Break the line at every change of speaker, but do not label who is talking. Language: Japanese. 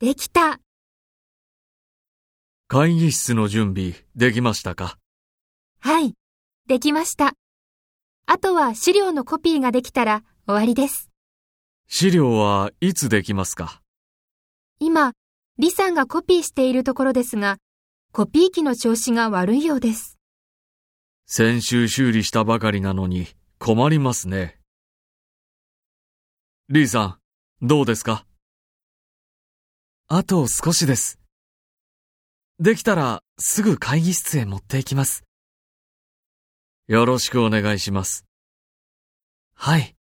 できた。
会議室の準備できましたか
はい。できました。あとは資料のコピーができたら終わりです。
資料はいつできますか
今、李さんがコピーしているところですが、コピー機の調子が悪いようです。
先週修理したばかりなのに困りますね。リーさん、どうですかあと少しです。できたらすぐ会議室へ持っていきます。よろしくお願いします。はい。